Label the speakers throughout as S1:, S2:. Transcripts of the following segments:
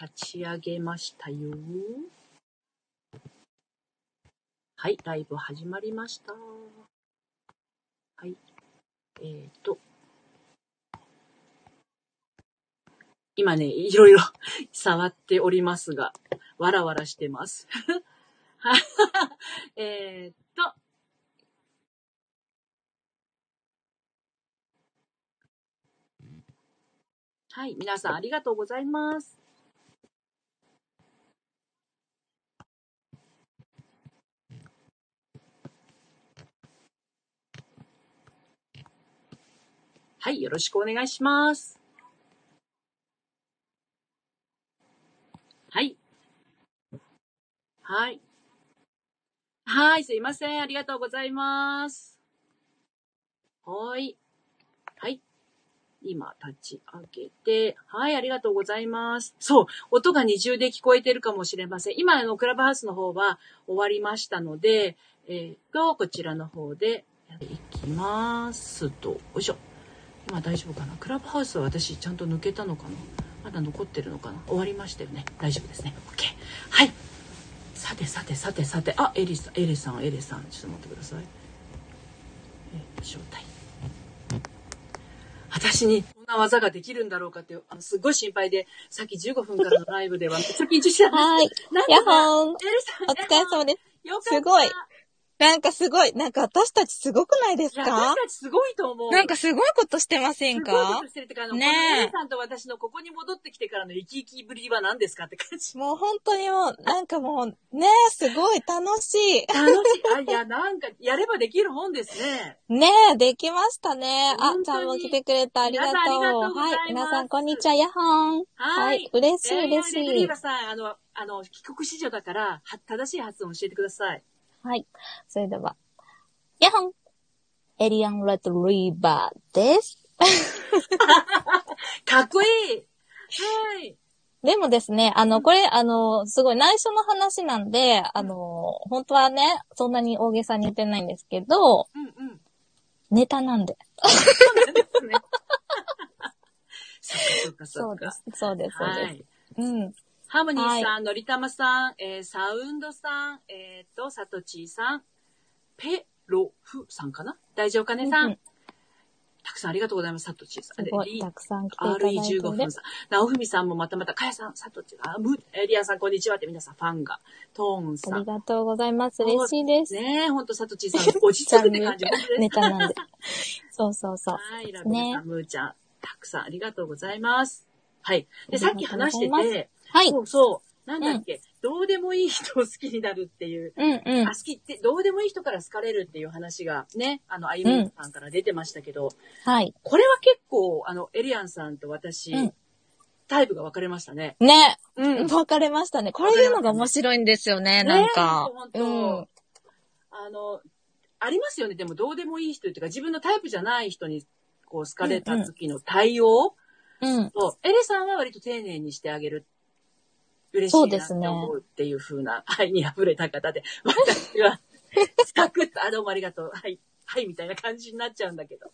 S1: 立ち上げましたよ。はい、ライブ始まりました。はい。えーと、今ね、いろいろ 触っておりますが、わらわらしてます。 えーと、はい、皆さんありがとうございます。はい、よろしくお願いします。はい。はい。はい、すいません。ありがとうございます。はい。はい。今立ち上げて、はい、ありがとうございます。そう、音が二重で聞こえてるかもしれません。今、あの、クラブハウスの方は終わりましたので、えっ、ー、と、こちらの方でやっていきますと、よいしょ。今大丈夫かなクラブハウスは私ちゃんと抜けたのかなまだ残ってるのかな終わりましたよね大丈夫ですね OK はいさてさてさてさてあエリさんエリさんエリさんちょっと待ってくださいえっ、ー、と招待私にこんな技ができるんだろうかって、あの、すごい心配で、さっき15分からのライブで はめっちゃ緊張してたんです。はい。
S2: やっほーん。お疲れ様です。。
S1: よかった
S2: すごい。なんかすごい、なんか私たちすごくないですか
S1: 私たちすごいと思う。
S2: なんかすごいことしてませんかすご
S1: いことしてるってか、あの、ねえ。さんと私のここに戻ってきてからの生き生きぶりは何ですかって感じ。
S2: もう本当にもう、なんかもう、ねえ、すごい楽しい。
S1: 楽しい。あ、いや、なんか、やればできる本ですね。
S2: ねえ、できましたね。あ、ちゃんも来てくれた。ありがとう。。
S1: とうはい
S2: 皆さん、こんにちは。やほん。はい。嬉しい、嬉しい。
S1: リーバさん、あの、あの、帰国子女だから、は、正しい発音教えてください。
S2: はい。それでは、やほんエリアン・レッド・リーバーです。
S1: かっこいいはい。
S2: でもですね、あの、これ、あの、すごい内緒の話なんで、あの、本当はね、そんなに大げさに言ってないんですけど、うんうん、 ネタなんで。
S1: そうですね。
S2: そうです、そうです、そうです。うん。
S1: ハムニーさん、はい、のりたまさん、えー、サウンドさん、えっ、ー、と、さとちーさん、ペロフさんかな大丈夫かねさん。うんうん、たくさんありがとうございます、さとちーさん。
S2: すごい、たくさん来ていただいて、ね。
S1: RE15 分さん。なおふみさんもまたまた、かやさん、さとちーさん、む、えりやさん、こんにちはって皆さん、ファンが、トーンさん。
S2: ありがとうございます。嬉しいです。
S1: ねえ、ほんとさとちーさん、落ち着くって感じ。
S2: ネタなん で。そうそうそう。
S1: はい、ラブさん、むーちゃん、たくさんありがとうございます。はい。で、さっき話してて、
S2: はい。
S1: そうそう。なんだっけ、うん、どうでもいい人を好きになるっていう。
S2: うんうん。
S1: あ、好きって、どうでもいい人から好かれるっていう話がね、あの、あゆみさんから出てましたけど、
S2: うん、はい。
S1: これは結構、あの、エリアンさんと私、うん、タイプが分かれましたね。
S2: ね。うん。 分かれましたね。これいうのが面白いんですよね、ねなんか。
S1: ね、うん。あの、ありますよね。でも、どうでもいい人っていうか、自分のタイプじゃない人に、こう、好かれた時の対応、
S2: うん、うん。
S1: そう。エリさんは割と丁寧にしてあげる嬉しいなって思うっていう風な愛に溢れた方で、私は、 サクッと、あ、どうもありがとう。はい。はい、みたいな感じになっちゃうんだけど。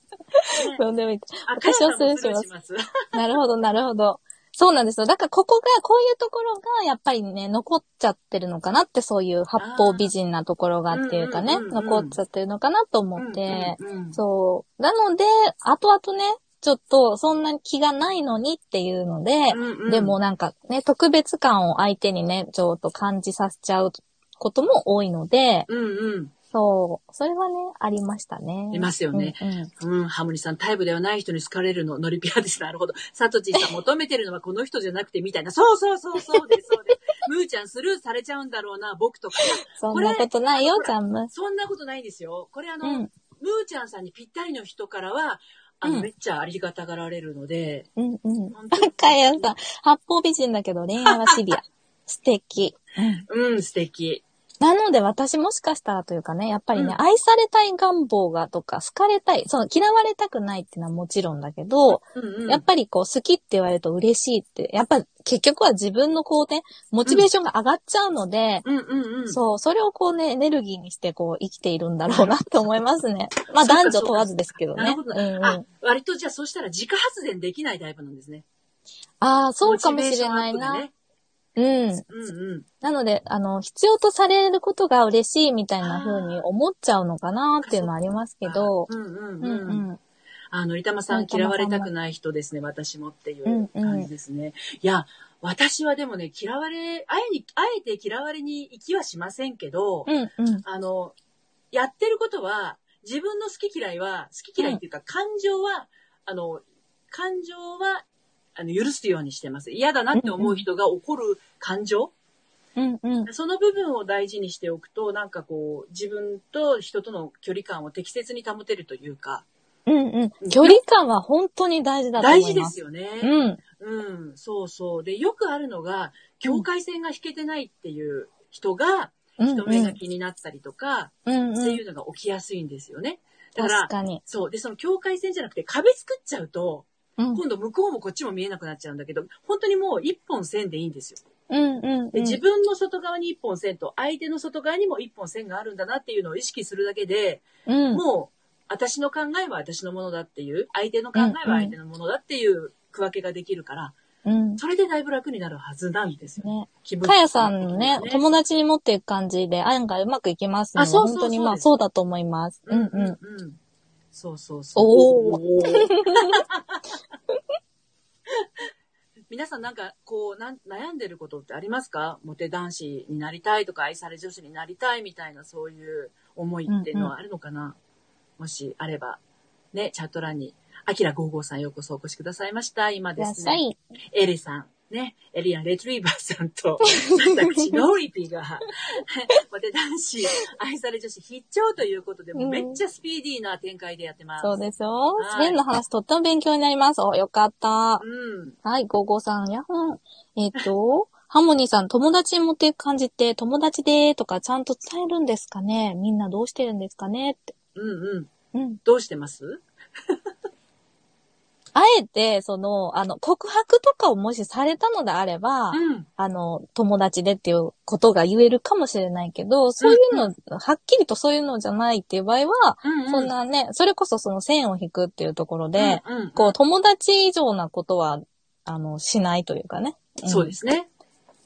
S2: そんでもいい。
S1: 私はスルーします。
S2: なるほど、なるほど。そうなんですよ。だからここが、こういうところが、やっぱりね、残っちゃってるのかなって、そういう八方美人なところがっていうかね、うんうんうんうん、残っちゃってるのかなと思って、うんうんうん、そう。なので、後々ね、ちょっと、そんなに気がないのにっていうので、うんうん、でもなんかね、特別感を相手にね、ちょっと感じさせちゃうことも多いので、
S1: うんうん、
S2: そう、それはね、ありましたね。
S1: いますよね。うん、うん、うん、ハムリさん、タイプではない人に好かれるの、ノリピアです。なるほど。サトチさん、求めてるのはこの人じゃなくて、みたいな。そうそうそう、そうです、そうです。ムーちゃんスルーされちゃうんだろうな、僕とか。
S2: そんなことないよ、ちゃんむ。
S1: そんなことないんですよ。これあの、うん、ムーちゃんさんにぴったりの人からは、あの、うん、めっちゃありがたがられるので。
S2: うんうん。かやさん、八方美人だけど恋愛はシ ビア。素敵。
S1: うん、素敵。
S2: なので私もしかしたらというかね、やっぱりね、うん、愛されたい願望がとか、好かれたい、そう、嫌われたくないっていうのはもちろんだけど、うんうん、やっぱりこう、好きって言われると嬉しいって、やっぱ結局は自分のこうね、モチベーションが上がっちゃうので、
S1: うんうんうん、
S2: そう、それをこうね、エネルギーにしてこう、生きているんだろうなと思いますね。まあ男女問わずですけどね。
S1: なるほど、うんうん、割とじゃあそうしたら自家発電できないタイプなんですね。
S2: ああ、そうかもしれないな。うん。
S1: うんうん。
S2: なので、あの、必要とされることが嬉しいみたいな風に思っちゃうのかなっていうのはありますけど、
S1: うんうん
S2: う
S1: うんん。
S2: うん。
S1: あの、りたまさ
S2: の
S1: ん
S2: りたまさん
S1: 嫌
S2: も
S1: われたくない人ですね、私もっていう
S2: うんうん
S1: 感じですね。いや、私はでもね、嫌われ、あえに、あえて嫌われに行きはしませんけど、
S2: うんうん。
S1: あの、やってることは、自分の好き嫌いは、好き嫌いっていうか、感情は、あの、感情は、あの、許すようにしてます。嫌だなって思う人が怒る感情、
S2: うんうん。
S1: その部分を大事にしておくと、なんかこう、自分と人との距離感を適切に保てるというか、
S2: うんうん。距離感は本当に大事だと思い
S1: 大
S2: ます。
S1: 事ですよね。
S2: うん。
S1: うん、そうそう。で、よくあるのが、境界線が引けてないっていう人が、
S2: うん
S1: 人
S2: う
S1: 目が
S2: ん。
S1: 気になったりとか、
S2: うん
S1: って
S2: うん。
S1: いうのが起きやすいんですよね。だから、
S2: 確かに。
S1: そう。で、その境界線じゃなくて壁作っちゃうと、
S2: うん
S1: 今度向こうもこっちも見えなくなっちゃうんだけど、本当にもう一本線でいいんですよ。
S2: うんうんう
S1: で、自
S2: ん。
S1: 分の外側に一本線と、相手の外側にも一本線があるんだなっていうのを意識するだけで、
S2: うん。
S1: もう、私の考えは私のものだっていう、相手の考えは相手のものだっていう区分けができるから、
S2: うん。
S1: それでだいぶ楽になるはずなんですよね。
S2: ね。
S1: 気分
S2: かやさんのね、
S1: 的には
S2: 友達に持っていく感じで、案外うまくいきますのは
S1: あそうそう
S2: 本当に
S1: そう
S2: まあ
S1: です
S2: そうだと思います。うん
S1: うん
S2: うん。
S1: うんうん。そうそうそう。
S2: お
S1: ー皆さんなんかこうなん悩んでることってありますかモテ男子になりたいとか愛され女子になりたいみたいなそういう思いっていうのはあるのかな、もしあれば。ね、チャット欄に。あきら55さんようこそお越しくださいました。今
S2: い
S1: で
S2: らっ
S1: す
S2: しゃ
S1: ね。
S2: い。
S1: エリさん。ね、エリアン・レトリーバーさんと、私、ノーリピーが、 モテ男子、愛され女子必聴ということで、もうめっちゃスピーディーな展開でやってます。
S2: そうですよ
S1: は。い
S2: ペンの話とっても勉強になります。お、よかった。
S1: うん。
S2: はい、ゴーゴーさん、やっほん。えっと、ハモニーさん、友達に持っていく感じって、友達でーとかちゃんと伝えるんですかねみんなどうしてるんですかねって。
S1: うんうん。
S2: うん。
S1: どうしてます
S2: あえて、その、あの、告白とかをもしされたのであれば、
S1: うん。
S2: あの、友達でっていうことが言えるかもしれないけど、そういうの、はっきりとそういうのじゃないっていう場合は、
S1: うん、うん。
S2: そんなね、それこそその線を引くっていうところで、
S1: で、うんうん
S2: こう、友達以上なことは、あの、しないというかね。ん
S1: そうですね。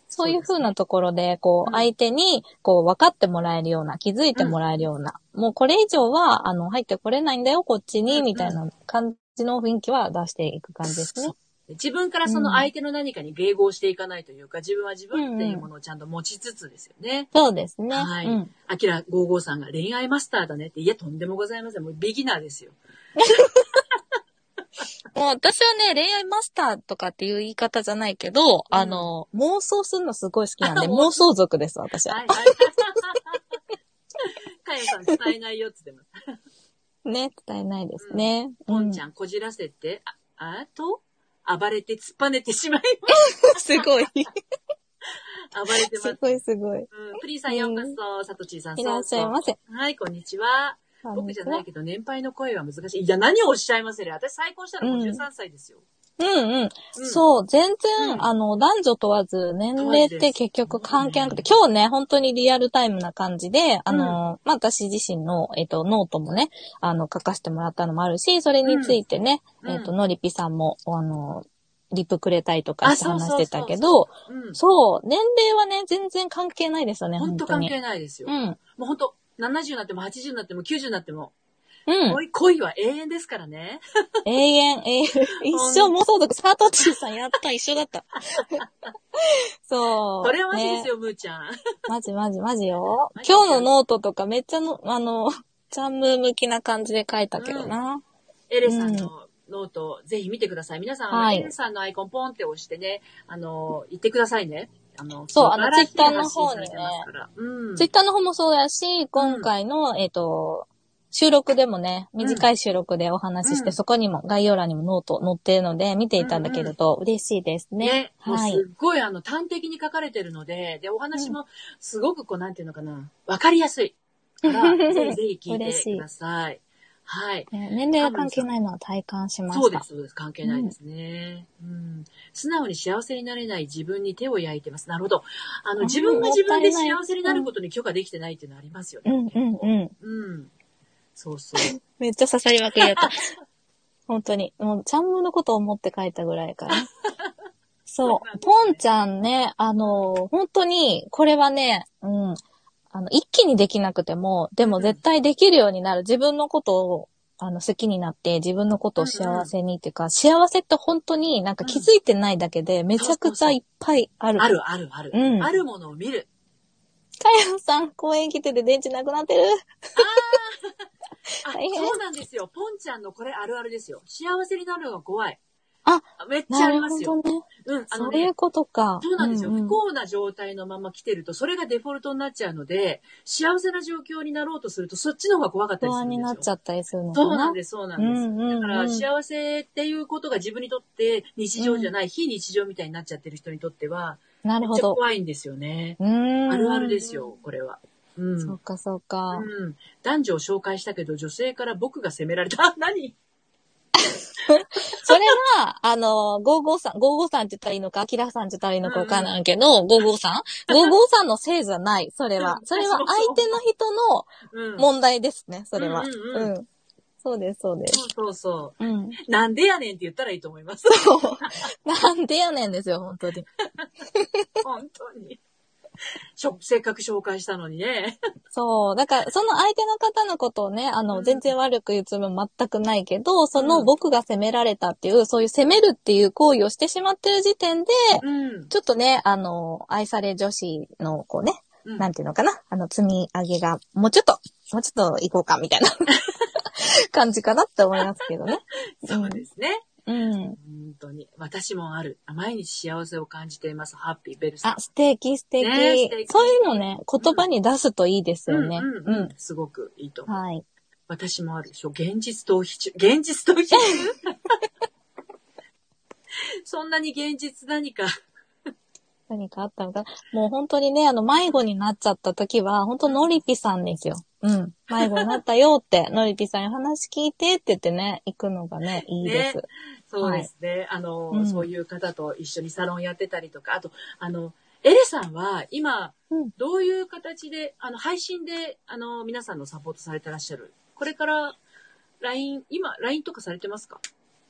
S2: そういう風なところで、こ
S1: う
S2: う、
S1: ん
S2: 相手に、こう、分かってもらえるような、気づいてもらえるような、もうこれ以上は、あの、入ってこれないんだよ、こっち
S1: うんう
S2: に、
S1: ん
S2: みたいな感じの雰囲気は出していく感じですね。
S1: 自分からその相手の何かに迎合していかないというか、自分は自分っていうものをちゃんと持ちつつですよね。
S2: そうですね。
S1: はい
S2: うん。
S1: あきら55さんが恋愛マスターだねって、いや、とんでもございません。もうビギナーですよ。
S2: もう私はね、恋愛マスターとかっていう言い方じゃないけど、あの、妄想するのすごい好きなんで、
S1: あ
S2: 妄想族です、私は。
S1: はい はい。かやさん伝えないよっつってます。
S2: ね、伝えないですね。
S1: ポンち
S2: ゃん。
S1: ゃんこじらせて、あ、あと、暴れて突っぱねてしまい、
S2: す ごい。
S1: 暴れてます
S2: す。ごい、すごい。
S1: うん、プリーさんようこそ、さとちーさん
S2: いらっしゃいませ。
S1: そうはい、こんにちは。
S2: こん
S1: 僕
S2: に
S1: じ
S2: ち
S1: ゃな。
S2: はい
S1: けど、年配の声は難しい。いや、何をおっしゃいますよ。私再婚したら53歳ですよ。
S2: うんうん。
S1: うん
S2: そう、全然、
S1: うん
S2: あの、男女問わず、年齢
S1: 問わ
S2: っ
S1: ずで
S2: て
S1: す
S2: 結局関係なくて、今日ね、本当にリアルタイムな感じで、あの、まあ、私自身の、えっと、ノートもね、あの、書かせてもらったのもあるし、それについてね、
S1: うん
S2: えっと、のりぴさんも、あの、リプくれたりとかして
S1: あそうそう
S2: 話
S1: そう
S2: してたけど、
S1: うん。
S2: そう、年齢はね、全然関係ないですよね、
S1: 本
S2: 本
S1: 当
S2: 当
S1: 関
S2: に。
S1: 係ないですよ。
S2: うん。
S1: もう本当70になっても80になっても90になっても、
S2: うん。
S1: 恋恋は永遠ですからね。
S2: 永遠、永遠。一生妄想族、サートチーさんやった、一緒 だった。そう。
S1: それはマジです
S2: ね。
S1: よ、むーちゃん。
S2: マジマジマジよ
S1: マ。ジ
S2: 今日のノートとかめっちゃの、あの、 ジャンム向きな感じで書いたけどな。
S1: エレさんのノート、ぜひ見てください。皆さん、
S2: はい
S1: エレさんのアイコンポンって押してね、あの、言ってくださいね。あの、
S2: そうあの
S1: 素晴らしい
S2: Twitter の方
S1: 発信さ
S2: にね
S1: れてますからうん。
S2: ツイッターの方もそうやし、今回の、えっと、収録でもね、短い収録でお話しして、
S1: うん
S2: そこにも概要欄にもノート載ってるので、見ていただけると嬉しいですね。
S1: ね、もう
S2: はい。
S1: すっごいあの端的に書かれてるので、で、お話もすごくこう、なんていうのかな、わかりやすい。 から、ぜひぜひ聞い
S2: 嬉してい
S1: ください。はい。
S2: ね年齢が関係ないのは体感しました。
S1: そうです、そうです。関係ないですね、うん。素直に幸せになれない自分に手を焼いてます。なるほど。あの、
S2: あ
S1: 自分が自分で
S2: もったいない
S1: 幸せになることに許可できてないっていうのはありますよ
S2: う
S1: ね。
S2: んうんうん。
S1: うん。そうそう。
S2: めっちゃ刺さりま くりだった。本当に。もう、ちゃんむのことを思って書いたぐらいから。そう。ポンちゃんね、あの、本当に、これはね、うん。あの、一気にできなくても、でも絶対できるようになる。自分のことを、あの、好きになって、自分のことを幸せにっていうか、幸せって本当になんか気づいてないだけで、めちゃくちゃいっぱいある。
S1: あ。るあるある、
S2: うん
S1: あるものを見る。
S2: かやさん、公園来てて電池なくなってる。
S1: あ、
S2: 大変
S1: そうなんですよ。ポンちゃんのこれあるあるですよ。幸せになるのが怖い。
S2: あ、
S1: めっちゃ
S2: な
S1: あり
S2: る
S1: ます
S2: ほ
S1: よ。
S2: どね。
S1: うん、あの
S2: そうい
S1: ね
S2: う、ことか。
S1: そうなんですよ。
S2: ん
S1: 不幸な状態のまま来てると、それがデフォルトになっちゃうので、幸せな状況になろうとすると、そっちの方が怖かったり
S2: 不
S1: する
S2: 安
S1: んで
S2: に
S1: すよ。
S2: なっちゃったりするのかな。
S1: そうなんです、そうなんです。
S2: うんうんうん
S1: だから、幸せっていうことが自分にとって日常じゃない、非日常みたいになっちゃってる人にとっては、
S2: な
S1: め
S2: る
S1: っ
S2: ほ
S1: ちゃ
S2: ど。
S1: 怖いんですよね。
S2: うーん。
S1: あるあるですよ、これは。うん。
S2: そうか、そうか。
S1: うん、男女を紹介したけど、女性から僕が責められた。 何
S2: それは、あの、553、553って言ったらいいのか、アキラさんって言ったらいいのかわからんけど、553?553 のせいじゃない、それは
S1: う。ん
S2: それは
S1: そう
S2: 相
S1: そう
S2: 手の人の
S1: うん。
S2: 問題ですね、それは。
S1: う
S2: うん
S1: うんうん
S2: ん。そうです、そうです。
S1: そうそうそ
S2: うん。
S1: う。なんでやねんって言ったらいいと思い ます。
S2: なんでやねんですよ、本当に。
S1: 本当に。しょせっかく紹介したのにね。
S2: そう。だから、その相手の方のことをね、あ
S1: うん
S2: の、全然悪く言うつもり全くないけど、そうの
S1: ん
S2: 僕が責められたっていう、そういう責めるっていう行為をしてしまってる時点で、
S1: うん。
S2: ちょっとね、あの、愛され女子の、こうね、
S1: うん
S2: なんていうのかな、あの、積み上げが、もうちょっと、もうちょっと行こうか、みたい な感じかなって思いますけどね。
S1: そうですね。
S2: うん。
S1: 本当に。私もある。毎日幸せを感じています。ハッピーベルさん
S2: あ、。素敵、素敵、
S1: ね素敵
S2: そういうのね、言葉に出すといいですよね。
S1: うんうんうん、すごくいいと
S2: うん
S1: 思う。
S2: はい。
S1: 私もあるでしょ。現実逃避中。現実逃避中 そんなに現実何か。
S2: 何かあったのかなもう本当にね、あの、迷子になっちゃった時は、本当ノリピさんですよ。うん。迷子になったよ って、ノリピさんに話聞いてって言ってね、行くのがね、いいです。
S1: ねそうですね。あの、
S2: うん
S1: そういう方と一緒にサロンやってたりとか、あと、あの、エレさんは今
S2: うん、
S1: どういう形で、あの、配信で、あの、皆さんのサポートされてらっしゃる。これから、LINE、今、LINE とかされてますか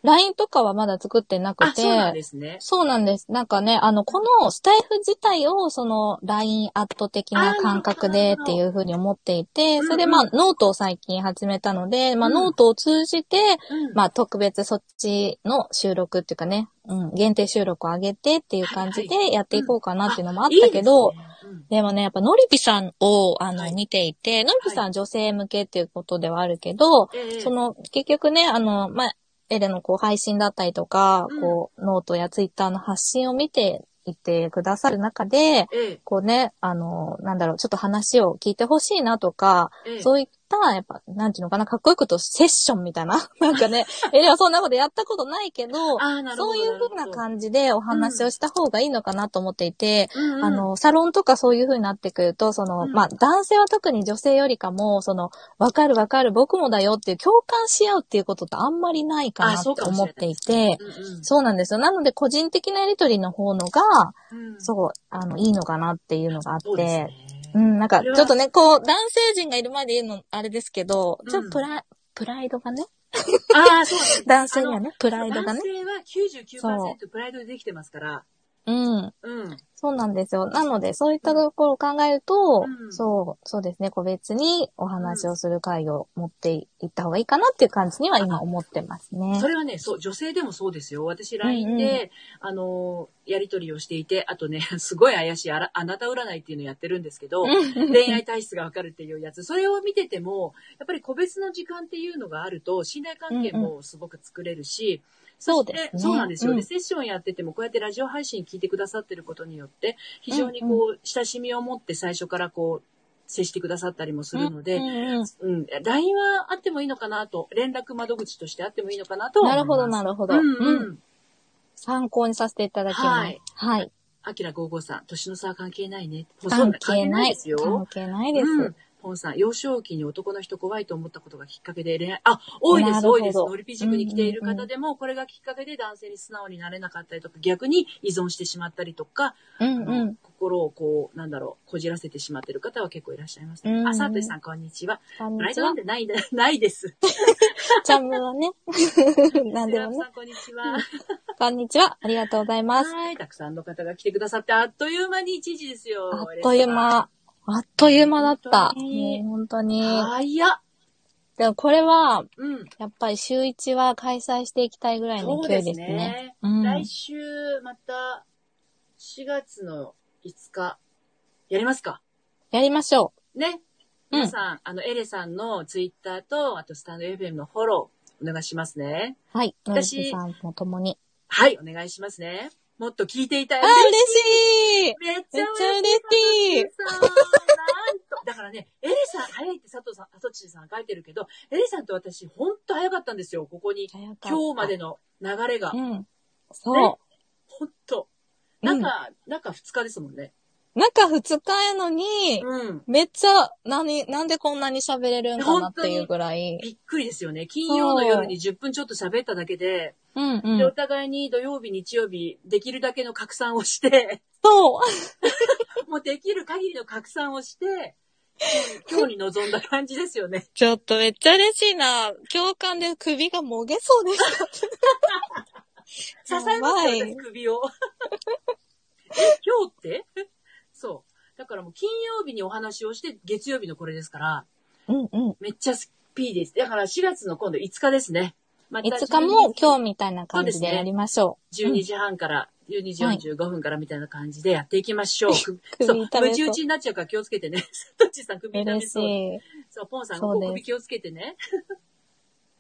S2: LINE とかはまだ作ってなく
S1: あ、
S2: て、
S1: そうなんですね。
S2: そうなんです。なんかね、あの、このスタイフ自体を、その、LINE アット的な感覚でっていうふうに思っていて、
S1: うん
S2: それでまあ、ノートを最近始めたので、まあ、
S1: うん
S2: ノートを通じて、
S1: うん。
S2: まあ、特別そっちの収録っていうかね、うん、限定収録を上げてっていう感じ
S1: はい
S2: でやっていこうかなっていうのも
S1: あ
S2: あったけど、
S1: いいですねうん
S2: でもね、やっぱ、ノリピさんを、あの、
S1: はい
S2: 見ていて、ノリピさ
S1: は
S2: ん女性向けっていうことではあるけど、
S1: ええ
S2: その、結局ね、あの、まあ、エレのこう配信だったりとか、
S1: うん
S2: こう、ノートやツイッターの発信を見ていてくださる中で、
S1: ええ
S2: こうね、あの、なんだろう、ちょっと話を聞いてほしいなとか、
S1: ええ
S2: そういった、やっぱ、なんていうのかな、かっこよく言うとセッションみたいな。 なんかね、エレはそんなことやったことないけど、
S1: あーなるほ
S2: そ
S1: ど
S2: ういう風
S1: な
S2: な
S1: るほど
S2: 感じでお話をした方がいいのかなと思っていて、
S1: うんうん
S2: あの、サロンとかそういう風になってくると、その、
S1: うん
S2: まあ、男性は特に女性よりかも、その、わかるわかる、僕もだよっていう共感し合うっていうことってあんまりないかな
S1: あ
S2: っ
S1: そう
S2: て
S1: かもしれ
S2: 思
S1: ない
S2: っていて、
S1: うんうん
S2: そうなんですよ。なので、個人的なやりとりの方のが、
S1: うん
S2: そう、あの、いいのかなっていうのがあっ
S1: そうです
S2: て、
S1: ね
S2: うん、なん
S1: そ
S2: か、ち
S1: れ
S2: ょ
S1: は
S2: っとね、こう、男性陣がいる前で言うの、あれですけど、ちょっ
S1: うん
S2: とプライ、プライドがね、
S1: ああ、そうなんです
S2: 男性にはね、プライド
S1: 男
S2: がね、
S1: 性は
S2: そ
S1: 99%プライドでできてますから。
S2: うん、
S1: うん。
S2: そうなんですよ。なので、そういったところを考えると、
S1: うん
S2: そう、そうですね、個別にお話をする会を持っていった方がいいかなっていう感じには今思ってますね
S1: そ。れはね、そう、女性でもそうですよ。私、
S2: んうん
S1: LINE で、あのー、やりとりをしていて、あとね、 すごい怪しいあら、あなた占いっていうのやってるんですけど、恋愛体質がわかるっていうやつ、それを見てても、やっぱり個別の時間っていうのがあると、信頼関係もすごく作れるし、
S2: そう
S1: して
S2: ですね
S1: そうなんですよ。
S2: う
S1: で、
S2: ん
S1: セッションやってても、こうやってラジオ配信聞いてくださってることによって、非常に
S2: う
S1: こう、親しみを持って最初からこう、接してくださったりもするので
S2: う、んうん
S1: うん、LINE はあってもいいのかなと、連絡窓口としてあってもいいのかなとは
S2: なる
S1: 思いま
S2: ほ
S1: す。
S2: ど、な
S1: る
S2: る
S1: ほ
S2: ほど、
S1: うんうん。
S2: うん参考にさせていただきます。
S1: は
S2: はいい。
S1: アキラ55さん、年の差は関係ないね。もうそん
S2: 関
S1: な
S2: 係ない。
S1: ですよ。
S2: 関係ないです。
S1: うん。ポンさん、幼少期に男の人怖いと思ったことがきっかけで恋愛、あ、多いで
S2: な
S1: す、
S2: るほ
S1: 多
S2: ど
S1: いです。ノリピ塾に来ている
S2: うんうんう
S1: 方
S2: ん
S1: でも、これがきっかけで男性に素直になれなかったりとか、逆に依存してしまったりとか、
S2: うんう
S1: あ
S2: ん
S1: の。心をこう、なんだろう、こじらせてしまっている方は結構いらっしゃいますね。
S2: うんうん
S1: あ、サートシさん、こんにちは。
S2: こん
S1: プラ
S2: に
S1: イ
S2: ち
S1: ドな
S2: は
S1: ん。てないで、ないです。
S2: チャンネルは ね。何で
S1: ラ
S2: も
S1: ム
S2: ね
S1: さ。ん、こんにちは。
S2: こんにちは。ありがとうございます。
S1: はい。たくさんの方が来てくださって、あっという間に1時ですよ。
S2: あっという間。あっという間だった。
S1: 本当に
S2: もう本当
S1: あ
S2: に
S1: れ。さ。早っ。
S2: でもこれは、
S1: うん。
S2: やっぱり週1は開催していきたいぐらいの
S1: そう
S2: 勢
S1: です
S2: いですね。
S1: ね。
S2: うん
S1: 来週、また、4月の5日、やりますか
S2: やりましょ
S1: ね。
S2: うん
S1: 皆さん、あの、エレさんのツイッターと、あとスタンド FM のフォロー、お願いしますね。
S2: う。はい。のり
S1: 私
S2: ぴさんも共に。
S1: はい、お願いしますね。もっと聞いていたい。
S2: あ、嬉しい
S1: めっち
S2: め
S1: ゃ
S2: っちゃ
S1: 嬉しい。
S2: 嬉しい
S1: さあなんと。だからね、エレさん早いって佐藤さん、佐藤さん書いてるけど、エレさんと私、ほんと早かったんですよ。ここに、今日までの流れが。
S2: うん。
S1: ね
S2: そ
S1: ほんと。
S2: う。
S1: 中、
S2: うん。
S1: 中2日ですもんね。
S2: 中2日やのに、
S1: うん。
S2: めっちゃ、なに、なんでこんなに喋れるんかなっていうぐらい。
S1: びっくりですよね。金曜の夜に10分ちょっと喋っただけで、
S2: うんう
S1: で、お
S2: ん。
S1: 互いに土曜日、日曜日、できるだけの拡散を して、
S2: そう。
S1: もうできる限りの拡散をして、今日に臨んだ感じですよね。
S2: ちょっとめっちゃ嬉しいな。共感で首がもげそうでした。
S1: 支えますよ、
S2: やば
S1: 私
S2: い
S1: 首を。 え、今日って そう。だからもう金曜日にお話をして、月曜日のこれですから、
S2: うんうん。
S1: めっちゃスピーディーです。だから4月の今度5日ですね。また
S2: いつかも今日みたいな
S1: そう
S2: 感じ
S1: です
S2: で
S1: ね
S2: やりましょう。
S1: 12時半から、12時45分からみたいな感じでやっていきま しょう。そう、
S2: 首痛めそ
S1: 無
S2: う
S1: ち打ちになっちゃうから気をつけてね。 どっちさん首
S2: うん
S1: 痛め
S2: 嬉し
S1: そう。
S2: い。
S1: そう、ポンさんが
S2: そうです
S1: 首気をつけてね。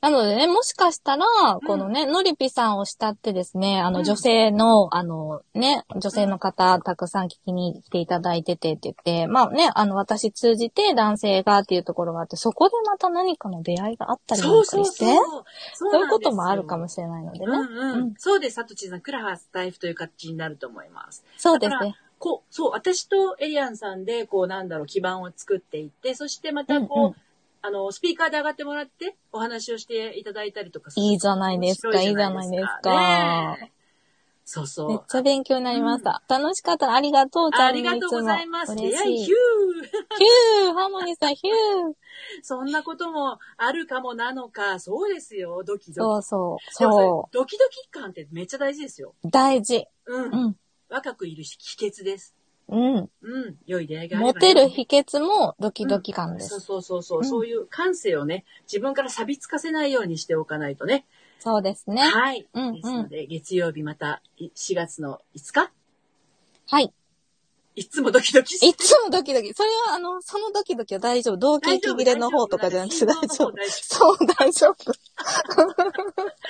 S2: なのでね、もしかしたら、このね、のりぴさんを慕ってですね、あの、女性の、あの、ね、女性の方、たくさん聞きに来ていただいててって言って、まあね、あの、私通じて男性がっていうところがあって、そこでまた何かの出会いがあったりな
S1: そ
S2: ん
S1: う
S2: か
S1: そう
S2: にして、
S1: そう。
S2: そういうこともあるかも
S1: し
S2: しれないのでね。
S1: うんう
S2: うん
S1: ん。そうです、サトチーさん、クラハスタイフという形になると思います。
S2: そうです
S1: だから
S2: ね。
S1: こう、そう、私とエリアンさんで、こう、なんだろう、基盤を作っていって、そしてまた、こう、
S2: うんうん
S1: あの、スピーカーで上がってもらって、お話をしていただいたりとかする
S2: いいじゃないですか、いいじゃないですか。。
S1: 面白いじゃないですかねそう
S2: めっ
S1: そ
S2: ちゃ勉強になりました。楽しかったらありがとう、
S1: う。
S2: ちゃ
S1: あ
S2: ん
S1: り
S2: み
S1: がとうございます。出
S2: 嬉
S1: 会い、
S2: しい。
S1: ヒ
S2: ヒ
S1: ュ
S2: ュ
S1: ー
S2: ー、ハーモニーさん、ヒュー。
S1: そんなこともあるかもなのか、そうですよ、ドキドキ。
S2: そうそう、
S1: でもそ
S2: そ
S1: れドキドキ感ってめっちゃ大事ですよ。
S2: う。大事。
S1: うん。
S2: うん。
S1: 若くいる秘訣です。
S2: うん。
S1: うん。良い出会いがあれば
S2: モテる秘訣もドキドキ感で
S1: そう
S2: す。
S1: そうそうそう、
S2: うん
S1: そういう感性をね、自分から錆びつかせないようにしておかないとね。
S2: そうですね。
S1: はい。
S2: うんうん
S1: ですので、月曜日またい4月の5日
S2: はい。
S1: いつもドキドキして
S2: いつもドキドキ。それは、あの、そのドキドキは大丈夫。動機切れの方とかじゃなくて大
S1: 大
S2: 丈
S1: 丈
S2: 夫
S1: 夫。
S2: そう、大丈夫。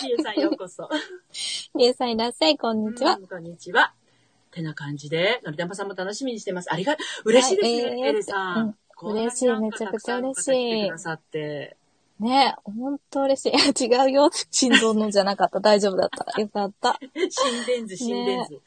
S1: ひえさんようこそ。
S2: りえさんいらっしゃい、こんにちは
S1: う。んこんにちは。てな感じで、のりたまさんも楽しみにしてます。ありが、嬉しいですね、
S2: はいえー
S1: エレさ
S2: うんん。
S1: こんなに
S2: 嬉しい
S1: なんか
S2: めちゃくちゃ嬉
S1: たく
S2: しい
S1: さんの方来てくださって。
S2: ねほんと嬉しい。い や違うよ。心臓のじゃなかった。大丈夫だった。よかった。
S1: 心電図、心電図。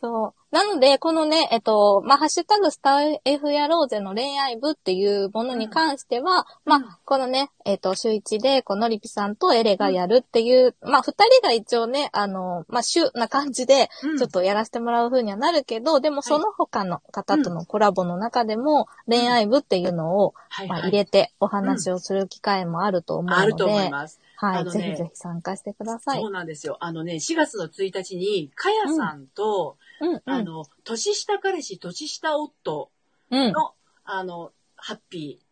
S2: そう。なので、このね、えっと、まあ、ハッシュタグスター F やローゼの恋愛部っていうものに関しては、ま
S1: うん
S2: あ、このね、えっと、週一で、このリピさんとエレがやるっていう、まあ、二人が一応ね、あの、まあ、週な感じで、
S1: うん
S2: ちょっとやらせてもらう風にはなるけど、でもその他の方とのコラボの中でも、恋愛部っていうのを、
S1: はい
S2: まあ、
S1: は
S2: 入
S1: い。
S2: れてお話をする機会もあると思う
S1: ある
S2: ので、
S1: と思います。
S2: は
S1: あ
S2: い、
S1: の
S2: ぜ
S1: ね
S2: ひぜひ参加してください。
S1: そうなんですよ。あのね、4月の1日に、かやさんと、
S2: うん、う
S1: あ
S2: ん、
S1: の、年下彼氏、年下夫
S2: うん。
S1: の、あの、ハッピ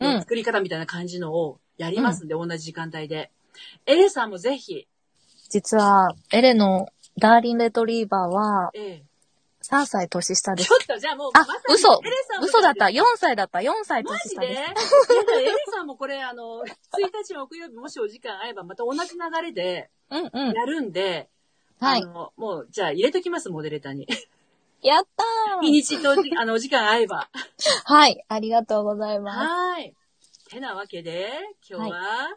S1: ーの作り方みたいな感じのをやりますんで、同じ時間帯で。エレさんもぜひ、
S2: 実は、エレのダーリンレトリーバーは
S1: ええ
S2: 3歳年下で
S1: ち
S2: す
S1: ょ。っとじゃあもう、
S2: あ
S1: まさに、
S2: 嘘
S1: エレさんも
S2: 嘘だった。
S1: マ
S2: 4歳だった。4歳年
S1: ジ
S2: 下
S1: で
S2: です。
S1: やだエレさんもこれ、あの、1日木曜日、もしお時間合えば、また同じ流れで
S2: うんうん。
S1: やるんで、
S2: は
S1: あ
S2: い。
S1: の、もう、じゃあ入れときます、モデレーターに。
S2: やった
S1: 日
S2: ー
S1: にちと、あの、お時間合えば。
S2: はい。ありがとうございま
S1: はーい。てなわけで、今日は、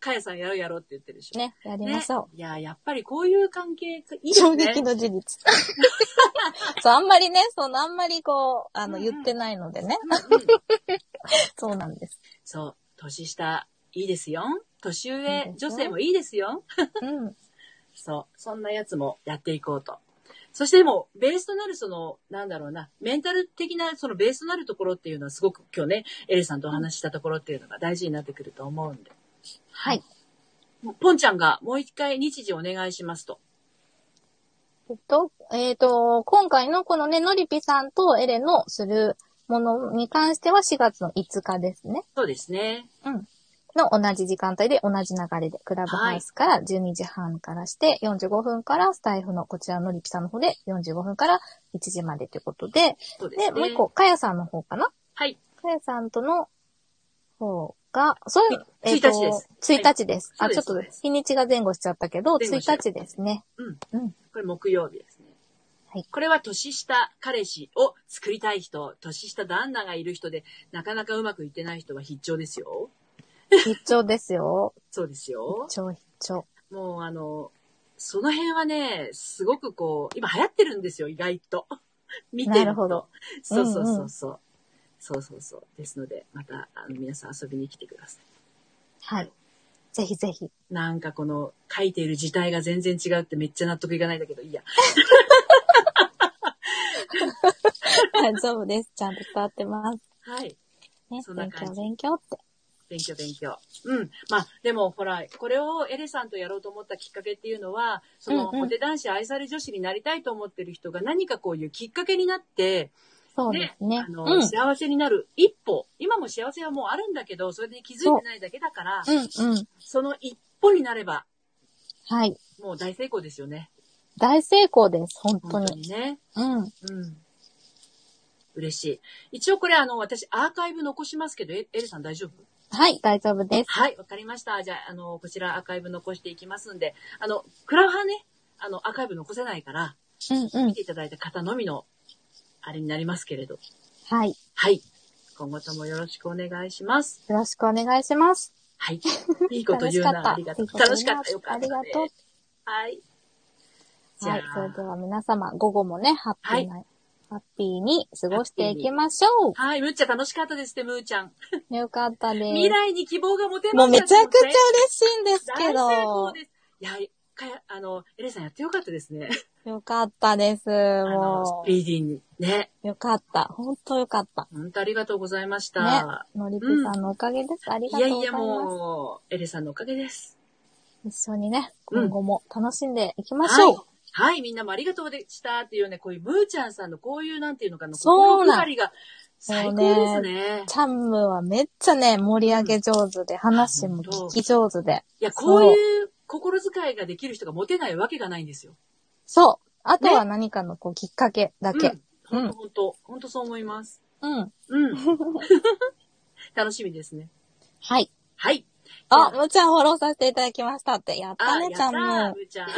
S1: かやさんやろうやろうって言ってるでし
S2: す。
S1: ょ。
S2: ね、やり
S1: ね
S2: ましょ
S1: いや、やっぱりこういう関係、いいで
S2: う。
S1: す
S2: 衝
S1: ね。
S2: 撃の事 実。そう、あんまりね、そのあんまりこう、あの、
S1: うんうん
S2: 言ってないのでね。
S1: うんうん
S2: そうなんです。
S1: そう、年下、いいですよ。年
S2: いい
S1: 上
S2: で、すよ
S1: 女性もいいですよ。
S2: うん。
S1: そう、そんなやつもやっていこうと。そしてでも、ベースとなるその、なんだろうな、メンタル的なそのベースとなるところっていうのはすごく今日ね、エルさんとお話ししたところっていうのが大事になってくると思うんで。
S2: はい。
S1: ポンちゃんがもう一回日時お願いしますと。
S2: えっと、えっ、と、今回のこのね、のりぴさんとエレのするものに関しては4月の5日ですね。
S1: そうですね。
S2: の同じ時間帯で同じ流れで、クラブハウスから12時半からして45分からスタイフのこちらのりぴさんの方で45分から1時までということで、
S1: そうですね。
S2: で、もう一個、。かやさんの方かな
S1: はい。
S2: かやさんとの方が、それ
S1: つ、
S2: えっと
S1: 1日です
S2: 1日です。
S1: はい
S2: あ、ちょっ
S1: そうですそ
S2: と
S1: うです
S2: 日にちが前後しちゃったけど、
S1: 前後
S2: 1
S1: しちゃう
S2: 日です ね。
S1: うん。
S2: うん。
S1: これ木曜日ですね。
S2: はい
S1: これは年下彼氏を作りたい人、年下旦那がいる人で、なかなかうまくいってない人は必聴ですよ。
S2: 必聴ですよ。
S1: そうですよ。
S2: 超必聴。
S1: もうあの、その辺はね、すごくこう、今流行ってるんですよ、意外と。 見てと
S2: なるほど。
S1: そうそうそうそう。そうそうそう。ですので、また、あの、皆さん遊びに来てください。
S2: はい。ぜひぜ ひ。
S1: なんかこの、書いている字体が全然違うってめっちゃ納得いかないんだけど、いいや。
S2: 大丈夫です。ちゃんと伝わってます。
S1: はい。
S2: ね。
S1: そんな
S2: 勉
S1: 感
S2: 強
S1: じ
S2: 勉強って。
S1: 勉強勉強。うん。まあ、でもほら、これをエレさんとやろうと思ったきっかけっていうのは、その、
S2: うんうん
S1: モテ男子愛され女子になりたいと思ってる人が何かこういうきっかけになって、
S2: そうですね
S1: あ。の、
S2: うん。
S1: 幸せになる一歩、今も幸せはもうあるんだけど、それに気づいてないだけだから、
S2: うんうん。
S1: その一歩になれば、
S2: はい。
S1: もう大成功ですよね。
S2: 大成功です。本当
S1: 本当
S2: に。
S1: にね。
S2: うん。
S1: うん。嬉しい。一応これあの、私アーカイブ残しますけど、エエルさん大丈夫
S2: はい、大丈夫です。
S1: はい、わかりました。じゃあ、あの、こちらアーカイブ残していきますんで、あの、クラファね、あの、アーカイブ残せないから、
S2: うんうん
S1: 見。ていただいた方のみの、あれになりますけれど、
S2: はい。よ
S1: はい。今後ともよろしくお願いします。
S2: ろしくお願いします。
S1: はい。いいこと言うな、ありがとう。楽
S2: 楽
S1: し
S2: し
S1: か
S2: か
S1: っ、
S2: ったた
S1: よかった、ね。
S2: ありがとう。
S1: はい。じゃ
S2: は
S1: あ、
S2: い。それでは皆様、午後もね、ハッピーな、ハッピーに過ごしていきましょう。
S1: はい、むっちゃん楽しかったですって、むーちゃん。
S2: よかったです。
S1: 未来に希望が持てま
S2: もう
S1: した
S2: めちゃくちゃ嬉
S1: ね
S2: しいんですけ
S1: 大成功
S2: ど
S1: で。す。いや、かや、あの、エレさんやってよかったですね。
S2: よかったです。
S1: あの、ス
S2: も
S1: ピーディーに。ね。
S2: う。よかった。本当よかった。
S1: 本当ありがとうございました。
S2: ね。のりぴさんのおかげです。あり
S1: い
S2: が
S1: や
S2: とうご
S1: い
S2: ざ
S1: や
S2: います。
S1: もう、エレさんのおかげです。
S2: 一緒にね、
S1: うん
S2: 今後も楽しんでいきましょう。
S1: はい、みんなもありがとうでしたっていうね、こういうムーちゃんさんのこういうなんていうのかな、
S2: そうな
S1: 心
S2: ん
S1: 配りが最高
S2: そう
S1: です
S2: ね
S1: ね。
S2: チャンムはめっちゃね、盛り上げ上手で、話も聞き上手で。
S1: いや、こ
S2: そう
S1: ういう心遣いができる人がモテないわけがないんですよ。
S2: そう。あとは何かのこうきっかけだけ。
S1: う。
S2: うんん
S1: ほんと、ほんとそう思います。
S2: うん。
S1: うん。楽しみですね。
S2: はい。
S1: はい。
S2: あ、
S1: じゃ
S2: むーちゃんフォローさせていただきましたって。やった
S1: あ、や
S2: ね、
S1: っ
S2: ちゃ
S1: たー、
S2: ん
S1: ム
S2: も。
S1: ー ちゃん。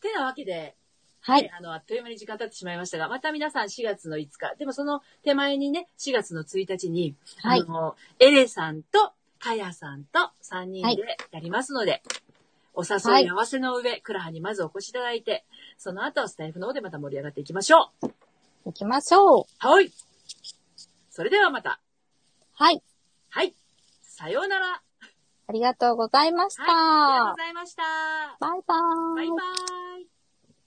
S1: てなわけで、
S2: は
S1: ね
S2: い。
S1: あの、あっという間に時間経ってしまいましたが、また皆さん4月の5日、でもその手前にね、4月の1日に、
S2: はい
S1: あの、エレさんと、カヤさんと3人でやりますので、お
S2: は
S1: 誘い
S2: い
S1: 合わせの上、クラハにまずお越しいただいて、その後、スタイフの方でまた盛り上がっていきましょう。
S2: 行きましょう。
S1: はい。それではまた、
S2: はい。
S1: はい。さようなら。
S2: ありがとうございました。
S1: はい。ありがとうございました。
S2: バイバー
S1: バイバイ。